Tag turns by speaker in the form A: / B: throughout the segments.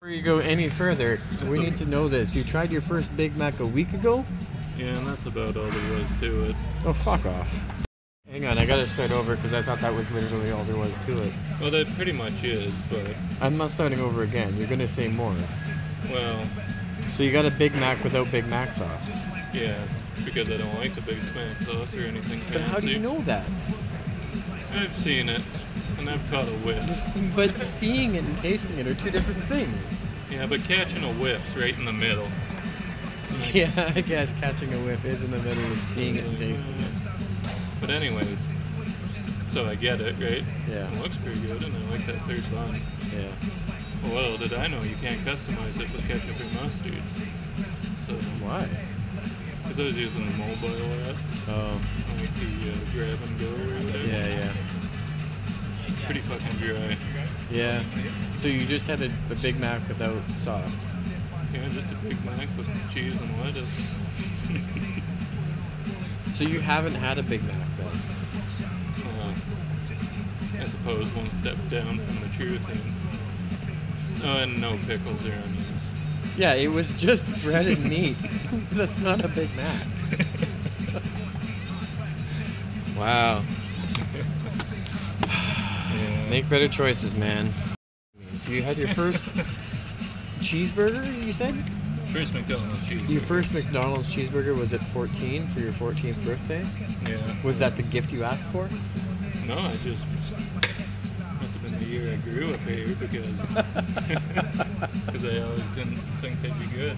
A: Before you go any further, we need to know this. You tried your first Big Mac a week ago?
B: Yeah, and that's about all there was to it.
A: Oh, fuck off. Hang on, I gotta start over because I thought that was literally all there was to it.
B: Well, that pretty much is, but,
A: I'm not starting over again. You're gonna say more.
B: well,
A: So you got a Big Mac without Big Mac sauce.
B: yeah, because I don't like the Big Mac sauce or anything fancy.
A: But how do you know that?
B: I've seen it, and I've caught a whiff.
A: But seeing it and tasting it are two different things.
B: Yeah, but catching a whiff's right in the middle.
A: Yeah, I guess catching a whiff is in the middle of seeing it and tasting it.
B: But anyways, so I get it, right?
A: Yeah.
B: It looks pretty good, and I like that third bun.
A: Yeah.
B: Well, did I know you can't customize it with ketchup or mustard? So,
A: Why?
B: because I was using the mobile app,
A: Oh,
B: like the uh, grab and go or whatever.
A: yeah, yeah.
B: Pretty fucking dry.
A: Yeah. So you just had a, a Big Mac without sauce.
B: Yeah, just a Big Mac with cheese and lettuce.
A: So you haven't had a Big Mac though.
B: Uh, I suppose one step down from the truth. And, oh, and no pickles or onions.
A: Yeah, it was just bread and meat. That's not a Big Mac. wow.
B: Yeah.
A: Make better choices, man. So you had your first cheeseburger, you said?
B: First McDonald's cheese.
A: Your first McDonald's cheeseburger was at 14 for your 14th birthday?
B: Yeah.
A: Was that the gift you asked for?
B: No, I just must have been the year I grew up here because because I always didn't think they'd be good.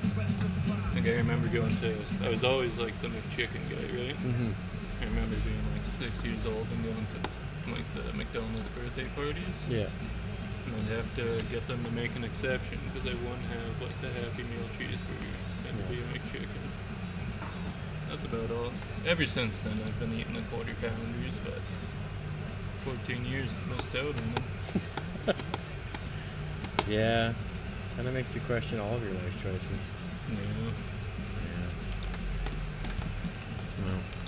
B: Like I remember going to I was always like the McChicken guy, right?
A: Mm-hmm.
B: I remember being like six years old and going to like the McDonald's birthday parties,
A: Yeah.
B: and I'd have to get them to make an exception because I wouldn't have like the Happy Meal cheeseburger and it'd be a McChicken. That's about all. Ever since then, I've been eating the quarter pounders, but 14 years missed out on them.
A: Yeah. Kind of makes you question all of your life choices.
B: Yeah.
A: Yeah. Well,